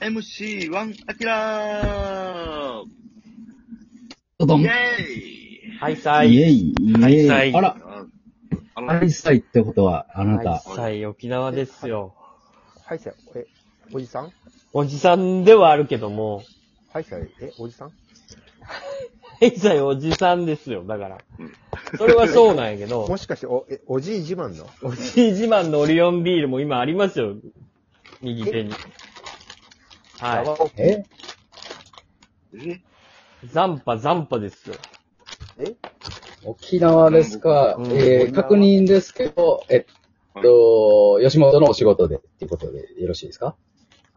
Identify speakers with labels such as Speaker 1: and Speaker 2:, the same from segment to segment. Speaker 1: 4MC1 アキラー
Speaker 2: ドド
Speaker 1: イ
Speaker 2: ン。
Speaker 1: ェ
Speaker 2: イ
Speaker 1: ーイ
Speaker 3: はい、
Speaker 2: ェ
Speaker 3: さい。
Speaker 2: イ、イェ
Speaker 3: ハイサ
Speaker 2: イ。
Speaker 3: イ
Speaker 2: あら、
Speaker 1: あ
Speaker 2: ハ
Speaker 1: ら、
Speaker 2: イサイってことは、あな
Speaker 3: は
Speaker 2: た
Speaker 3: い、、さい、沖縄ですよ。
Speaker 4: ハイサイ、え、おじさん
Speaker 3: おじさんではあるけども、
Speaker 4: ハイサイ、え、おじさん
Speaker 3: はい、さい、おじさんですよ、だから。それはそうなんやけど
Speaker 4: も、しかして、お、え、おじい自慢の
Speaker 3: おじい自慢のオリオンビールも今ありますよ、右手に。は
Speaker 2: え
Speaker 1: え
Speaker 3: い。残波、残波ですよ。
Speaker 5: 沖縄ですか、
Speaker 3: うん
Speaker 5: え
Speaker 4: う
Speaker 5: ー
Speaker 4: ん
Speaker 5: 確認ですけど、えっと、吉本のお仕事でっていうことでよろしいですか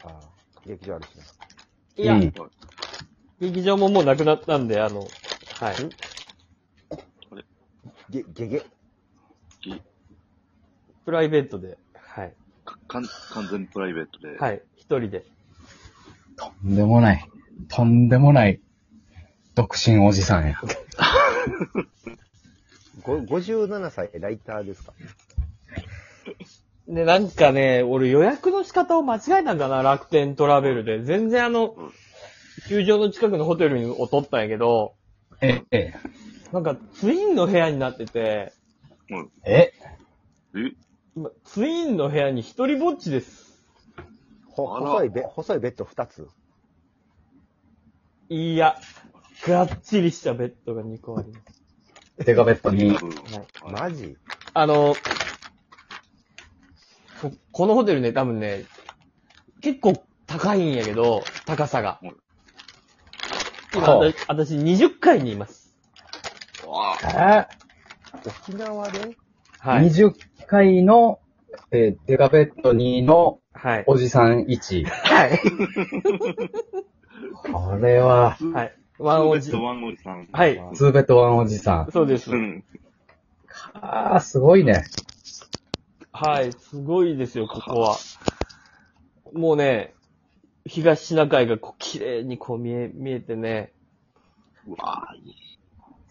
Speaker 4: ああ、劇場あるしね。
Speaker 3: いや、
Speaker 5: うん
Speaker 3: 劇場ももうなくなったんで、あの、はい。
Speaker 4: げ、げげ。
Speaker 3: プライベートで、はい。
Speaker 1: か完完全プライベートで。
Speaker 3: はい。一人で。
Speaker 5: とんでもない。とんでもない。独身おじさんや。
Speaker 4: ご、57歳、ライターですか
Speaker 3: で、なんかね、俺予約の仕方を間違えたんかな、楽天トラベルで。全然あの
Speaker 1: うん、
Speaker 3: 球場の近くのホテルを取ったんやけど、
Speaker 5: え、え、
Speaker 3: なんかツインの部屋になってて、
Speaker 5: え、
Speaker 1: え
Speaker 3: 今、ツインの部屋に一人ぼっちです。
Speaker 4: ほ、
Speaker 1: あら
Speaker 4: 細いベ、細いベッド2つ。
Speaker 3: いや、がっちりしたベッドが2個あります。
Speaker 5: デカベッドに。
Speaker 3: はい
Speaker 4: マジ
Speaker 3: あの、ここのホテルね、多分ね、結構高いんやけど、高さが
Speaker 1: うん。
Speaker 3: 今、
Speaker 5: はあ
Speaker 3: 私私20階にいます。
Speaker 1: わあ
Speaker 5: え
Speaker 4: 沖縄で
Speaker 3: はい。
Speaker 5: 20回の、えーデカベッド2の
Speaker 3: はい。
Speaker 5: おじさん1。
Speaker 3: はい。
Speaker 5: これは、
Speaker 3: はい。ワンオジ
Speaker 1: ツーベッ。ドワンおじさん。
Speaker 3: はい
Speaker 1: うん
Speaker 5: ツーベッドワンおじさん。
Speaker 3: そうです
Speaker 1: う。ん。
Speaker 5: ああ、すごいね。
Speaker 3: はい。すごいですよ、ここは。もうね、東シナ海がこう綺麗にこう見え、見えてね。
Speaker 1: うわあいい。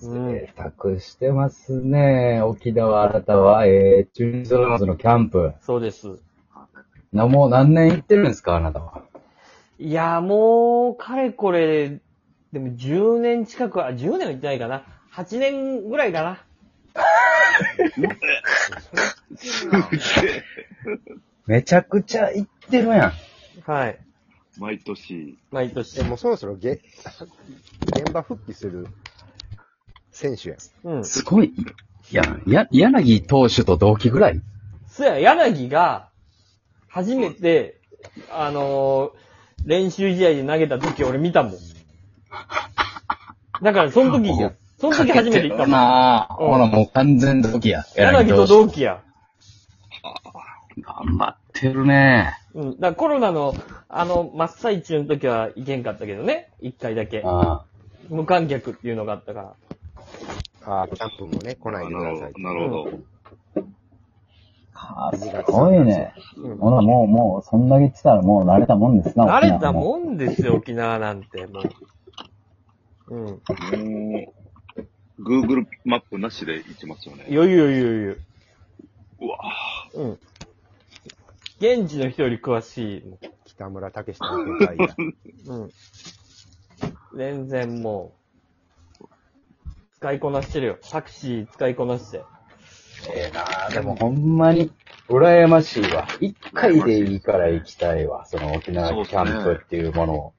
Speaker 3: うん。
Speaker 5: 贅沢してますね。沖縄あなたは、えー、チューニードラマズのキャンプ。
Speaker 3: そうです。
Speaker 5: な、もう何年行ってるんですか、あなたは。
Speaker 3: いや、もう、かれこれ、でも10年近くは、あ10年は行ってないかな。8年ぐらいかな。
Speaker 5: めちゃくちゃ行ってるやん。
Speaker 3: はい。
Speaker 1: 毎年。
Speaker 3: 毎年
Speaker 4: え、。もうそろそろげ、現場復帰する選手やん。
Speaker 3: うん。
Speaker 5: すごい。いや、や、柳投手と同期ぐらい
Speaker 3: そや、柳が、初めて、あのー練習試合で投げた時俺見たもん。だから、その時
Speaker 5: おう、
Speaker 3: その時初めて行ったもん。
Speaker 5: なあ
Speaker 3: うん
Speaker 5: ほら、もう完全同期や。
Speaker 3: 柳と
Speaker 5: 手。
Speaker 3: 同期や。
Speaker 5: 頑張ってるね。
Speaker 3: うん。だからコロナの、あの、真っ最中の時は行けんかったけどね。一回だけ。
Speaker 5: ああ。
Speaker 3: 無観客っていうのがあったから。
Speaker 4: ああ、キャンプもね、来
Speaker 1: な
Speaker 4: ないでくださ
Speaker 1: る。
Speaker 4: い
Speaker 1: ほど。なるほど。
Speaker 5: ああすごいね。ほら、もう、もう、そんだけ言ってたらもう慣れたもんですな。
Speaker 3: 慣れた
Speaker 5: ん
Speaker 3: もんですよ、沖縄なんて、もう。うん。
Speaker 1: もう、Google マップなしで行きますよね。
Speaker 3: 余裕余裕
Speaker 1: うわあ
Speaker 3: 余裕。うん。現地の人より詳しいも
Speaker 4: 北村武史の世 界や。
Speaker 3: ん。うん。全然もう、使いこなしてるよ。タクシー使いこなして。
Speaker 5: ええなあでもほんまに、羨ましいわ。一回でいいから行きたいわ。その沖縄キャンプっていうものを。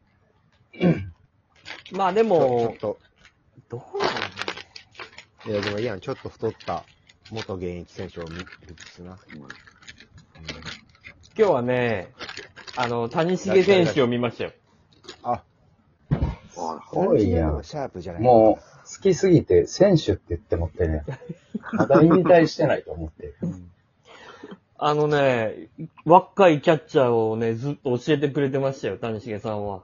Speaker 3: まあで
Speaker 4: ちょ
Speaker 3: も
Speaker 4: っ、と、
Speaker 3: どうなの
Speaker 4: いや、でもいいやん、ちょっと太った元現役選手を見るしな。
Speaker 3: 今日はね、あの、谷繁選手を見ましたよ。
Speaker 4: あ、
Speaker 1: わあ
Speaker 5: 多いやん
Speaker 4: 30シャープじゃない。
Speaker 5: もう、好きすぎて、選手って言ってもってね、まだ引退してないと思 って。
Speaker 3: あのね、若いキャッチャーをね、ずっと教えてくれてましたよ、谷繁さんは。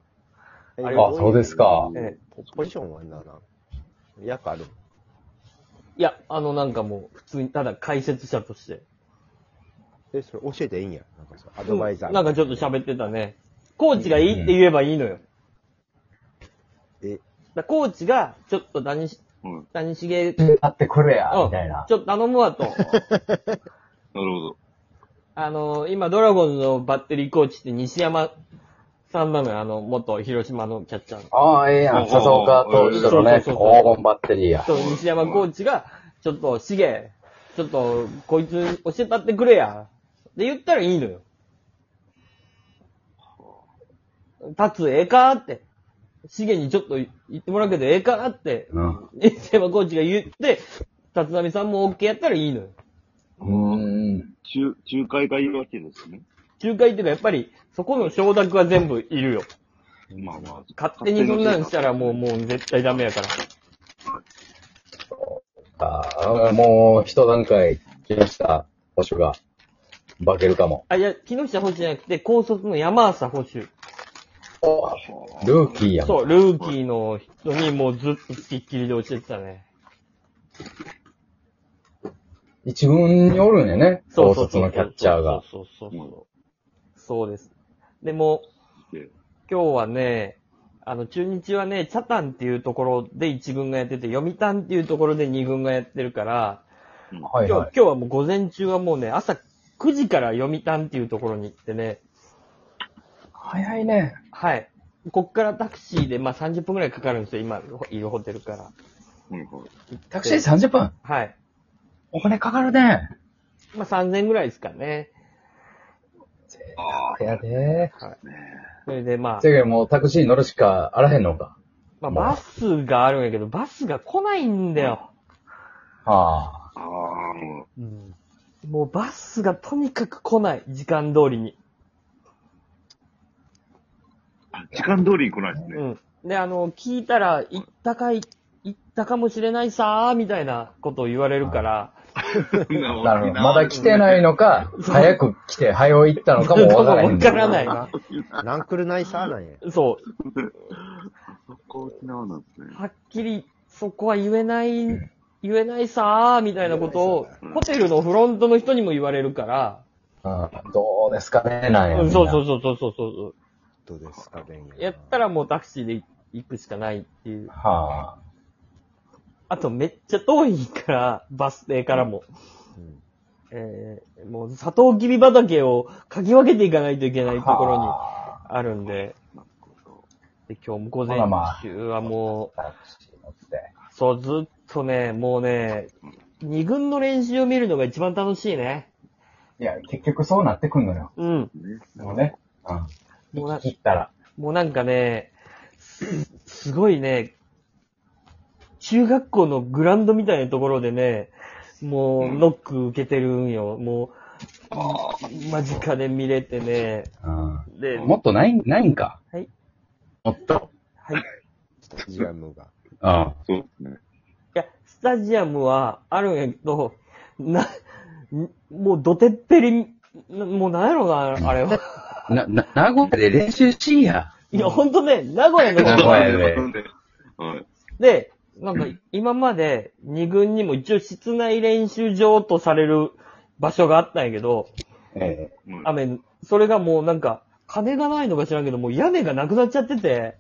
Speaker 4: え
Speaker 3: あ
Speaker 5: あ、そうですか。
Speaker 3: ええ
Speaker 4: ポポジションはなんだな。役ある。
Speaker 3: いや、あのなんかもう、普通にただ解説者として。
Speaker 4: え、それ教えていいんや。なんかそうアドバイザー。
Speaker 3: なんかちょっと喋ってたね。コーチがいいって言えばいいのよ。
Speaker 4: え、
Speaker 3: だコーチが、ちょっと谷し、
Speaker 1: うん。
Speaker 3: 谷繁、うん、ち
Speaker 5: 会ってくれや、
Speaker 3: ょ
Speaker 5: みたいな
Speaker 3: っ。と頼むわ と。
Speaker 1: なるほど。
Speaker 3: あの、今ドラゴンズのバッテリーコーチって西山さんなのよ、あの、元広島のキャッチャーの。
Speaker 5: ああ、ええやん。笹岡投手とのね、
Speaker 3: そ
Speaker 5: 黄
Speaker 3: うそうそう
Speaker 5: 金バッテリーや。
Speaker 3: そう、西山コーチが、ちょっと、しげ、ちょっと、こいつ教えたってくれや。で言ったらいいのよ。立つええかって。しげにちょっと言ってもらうけどええかって、
Speaker 5: うん。
Speaker 3: 西山コーチが言って、立浪さんも OK やったらいいのよ。
Speaker 5: うん。
Speaker 1: 中、仲介がいるわけですね。
Speaker 3: 仲介っていうか、やっぱり、そこの承諾は全部いるよ。
Speaker 1: まあまあ。
Speaker 3: 勝手にそんなんしたらもう、もう絶対ダメやから。
Speaker 5: ああ、もう、一段階、木下捕手が、化けるかも。
Speaker 3: あ、いや、木下捕手じゃなくて、高卒の山浅捕手。
Speaker 5: おルーキーやん。
Speaker 3: そう、ルーキーの人にもうずっとつきっきりで教えてたね。
Speaker 5: 一軍におるんやね。
Speaker 3: そ
Speaker 5: 高
Speaker 3: うそう
Speaker 5: 卒
Speaker 3: そう。
Speaker 5: のキャッチャーが。
Speaker 3: そうそうそう
Speaker 1: う
Speaker 3: そう。そうです。でも、
Speaker 1: で
Speaker 3: 今日はね、あの、中日はね、チャタンっていうところで1軍がやってて、読谷っていうところで2軍がやってるから、
Speaker 5: はい
Speaker 3: 今日
Speaker 5: はい。
Speaker 3: 今日はもう午前中はもうね、朝9時から読谷っていうところに行ってね、
Speaker 5: 早いね。
Speaker 3: はい。こっからタクシーで、まあ30分くらいかかるんですよ、今いるホテルから。
Speaker 1: はいはい。
Speaker 5: タクシー30分。
Speaker 3: はい。
Speaker 5: お金かかるね。
Speaker 3: まあ3000ぐらいですかね。
Speaker 1: ああ、
Speaker 5: やで
Speaker 3: それでまあ
Speaker 5: ー。、せやけどもうタクシーに乗るしかあらへんのか。
Speaker 3: まあ、
Speaker 5: まあ
Speaker 3: バスがあるんやけど、バスが来ないんだよ。
Speaker 5: は
Speaker 1: ああ、も
Speaker 3: もうバスがとにかく来ない、時間通りに。
Speaker 1: う時間通りに来ないです
Speaker 3: う
Speaker 1: ね。
Speaker 3: ん。で、あの、聞いたら、行ったかい、行ったかもしれないさー、みたいなことを言われるから、
Speaker 5: あ。
Speaker 1: な
Speaker 5: なるほど。まだ来てないのか、早く来て、早う行ったのかもわからへん。
Speaker 3: わからない。
Speaker 4: なんくるないさーなんや。
Speaker 3: そ
Speaker 1: こう沖縄なんですね
Speaker 3: う。。はっきり、そこは言えない、言えないさー、みたいなことを
Speaker 1: う、ん
Speaker 3: ホテルのフロントの人にも言われるから、
Speaker 5: あーどうですかね、なんや。。
Speaker 3: うん、そうそううそうそうそうそ
Speaker 4: どうですかね
Speaker 3: う。やったらもうタクシーで行くしかないっていう。
Speaker 5: は
Speaker 3: あとめっちゃ遠いから、バス停からも。
Speaker 4: うん
Speaker 3: えーもう、砂糖切り畑をかき分けていかないといけない
Speaker 5: あ。
Speaker 3: ところに
Speaker 5: は
Speaker 3: あるんで、で今日も午前中はも
Speaker 5: あタクシー乗って。
Speaker 3: う、そう、ずっとね、もうね、二軍の練習を見るのが一番楽しいね。
Speaker 5: いや、結局そうなってくんのよ。
Speaker 3: うん。
Speaker 1: ね。
Speaker 5: もうね。うん。
Speaker 3: もうな
Speaker 5: 行き切ったら。
Speaker 3: もうなんかね、すすごいね、中学校のグラウンドみたいなところでね、もうノック受けてるんよ。もう、間近で見れてね。
Speaker 5: うん。
Speaker 3: で、
Speaker 5: もっとない、ないんか。
Speaker 3: はい。
Speaker 5: もっと。
Speaker 3: はい。
Speaker 4: スタジアムが。
Speaker 5: うん。
Speaker 1: そうですね。
Speaker 3: いや、スタジアムはあるんやけど、な、んもうどてっぺり、なもうなんやろな、あれは。
Speaker 5: な、な、名古屋で練習しいや。
Speaker 3: いや、ほんとね、名古屋の
Speaker 5: 名
Speaker 3: 方
Speaker 5: 古
Speaker 3: が
Speaker 5: 屋で
Speaker 1: はい。
Speaker 3: で、なんか今まで2軍にも一応室内練習場とされる場所があったんやけど、
Speaker 5: え
Speaker 1: うん
Speaker 3: 雨、それがもうなんか、金がないのか知らんけど、もう屋根がなくなっちゃってて、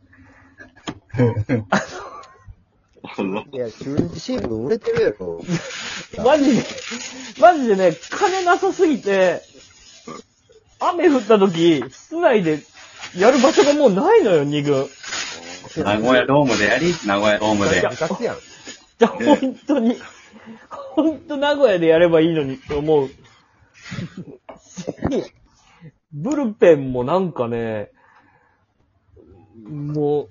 Speaker 1: あの
Speaker 4: いや、中日新聞売れてるやろ。
Speaker 3: マジで、マジでね、金なさすぎて、雨降った時、室内でやる場所がもうないのよ、2軍。
Speaker 5: 名古屋ドームでやり、名古屋ドーム
Speaker 4: 自
Speaker 5: で。
Speaker 4: 活やん。
Speaker 3: じゃ、本当に、本当名古屋でやればいいのにって思う。ブルペンもなんかね、もう、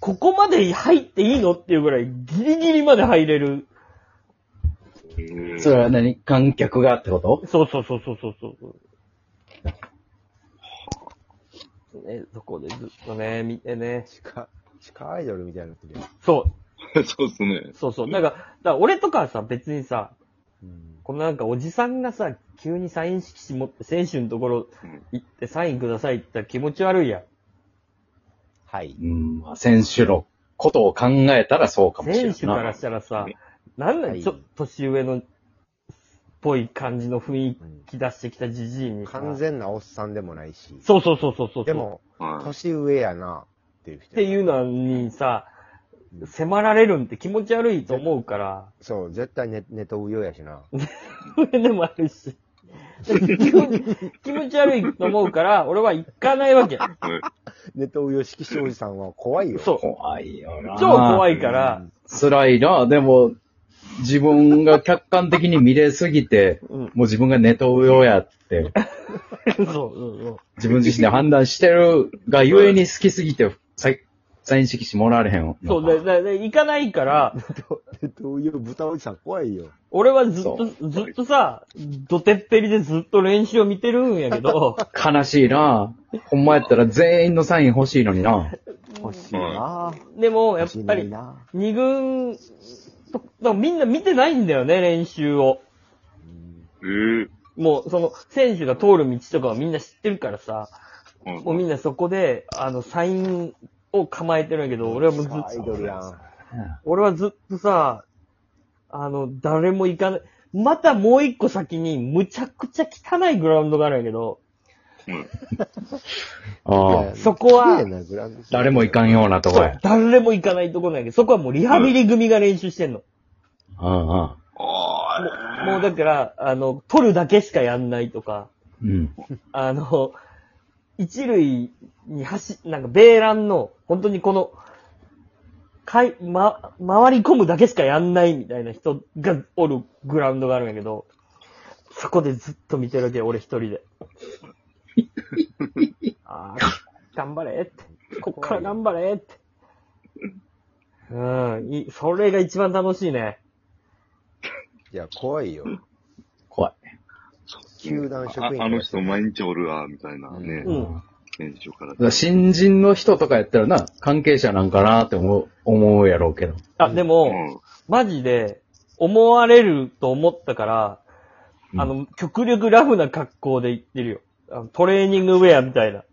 Speaker 3: ここまで入っていいのっていうぐらいギリギリまで入れる。
Speaker 1: え
Speaker 5: それは何観客がってこと
Speaker 3: そうそうそうそうそうそう。ね、そこでずっとね、見てね。
Speaker 4: 地下、地下アイドルみたいになってるやん。
Speaker 3: そ
Speaker 1: ーそうですね
Speaker 3: う、。そうそう。なんか、だから俺とかはさ、別にさ、
Speaker 4: うん
Speaker 3: このなんかおじさんがさ、急にサイン色紙持って選手のところ行ってサインくださいって言ったら気持ち悪いやん。
Speaker 4: はい。
Speaker 5: うん、まあ選手のことを考えたらそうかもしれんな
Speaker 3: 選
Speaker 5: い。
Speaker 3: 手からしたらさ、なんなん、
Speaker 4: はい
Speaker 3: ちょっと年上の、っぽい感じの雰囲
Speaker 4: うん
Speaker 3: 気出してきたじじいにさ。
Speaker 4: 完全なおっさんでもないし。
Speaker 3: そうそうそうそうそう。
Speaker 4: で、も、
Speaker 1: は
Speaker 4: 年上やな、っていう人。
Speaker 3: っていうのにさ、迫られるんって気持ち悪いと思うから、
Speaker 4: そう、絶対ネネトウヨや しな。
Speaker 3: それでもあるし。 気持ち悪いと思うから、俺は行かないわけ。
Speaker 1: い。はい
Speaker 4: ネトウヨシキシおじさんは怖いよ。
Speaker 3: そう。
Speaker 5: 怖いよな。
Speaker 3: 超怖いか
Speaker 4: う
Speaker 3: ら、
Speaker 4: ん。
Speaker 5: 辛いな。でも、自分が客観的に見れすぎて、
Speaker 3: うん。
Speaker 5: もう自分がネトウヨやって、
Speaker 3: そう、うん、うん。
Speaker 5: 自分自身で判断してるがゆえに好きすぎて、さ再認識してもらわれへんのか。
Speaker 3: そう、で、で、で行かないから、
Speaker 4: ネトウヨ豚おじさん怖いよ。
Speaker 3: 俺はずっ
Speaker 5: そ
Speaker 3: と、ずっとさ、どてっぺりでずっと練習を見てるんやけ ど、
Speaker 5: 悲しいな。ほんまやったら全員のサイン欲しいのにな。
Speaker 4: 欲しいなぁ。
Speaker 3: でも、やっ
Speaker 4: 欲しい
Speaker 3: ぱ
Speaker 4: な
Speaker 3: り
Speaker 4: い、な
Speaker 3: 二軍と、だからみんな見てないんだよね、練習を。
Speaker 1: えー
Speaker 3: もう、その、選手が通る道とかはみんな知ってるからさ、
Speaker 1: うん
Speaker 3: もうみんなそこで、あの、サインを構えてるんやけど、俺はもうずっ
Speaker 4: アイドルやん。
Speaker 3: 俺はずっとさ、あの、誰も行かない。またもう一個先に、むちゃくちゃ汚いグラウンドがあるんやけど、
Speaker 5: ああ。
Speaker 3: そこは
Speaker 4: 綺麗なグラウンド
Speaker 5: 誰も行かんようなとこ
Speaker 3: そう
Speaker 5: や。
Speaker 3: 誰も行かないとこなんやけど、そこはもうリハビリ組が練習してんの。
Speaker 5: うんうん
Speaker 3: もうだから、あの、取るだけしかやんないとか、
Speaker 5: うん。
Speaker 3: あの、一塁に走、なんか、ベーランの、本当にこの、かい、ま、回り込むだけしかやんないみたいな人がおるグラウンドがあるんやけど、そこでずっと見てるわけ、俺一人で。ああ、頑張れって。こっから頑張れって。うん、いいそれが一番楽しいね。
Speaker 4: いや、怖いよ。
Speaker 5: 怖い。
Speaker 4: 球団職員
Speaker 1: ああの人毎日おるわ、みたいなね
Speaker 3: う、ん。
Speaker 1: 選手から
Speaker 5: だか。ら新人の人とかやったらな、関係者なんかなって思う、思うやろうけど。
Speaker 3: あ、でも、
Speaker 1: うん
Speaker 3: マジで、思われると思ったから、
Speaker 5: うん
Speaker 3: あの、極力ラフな格好で行ってるよ。あのトレーニングウェアみたいな。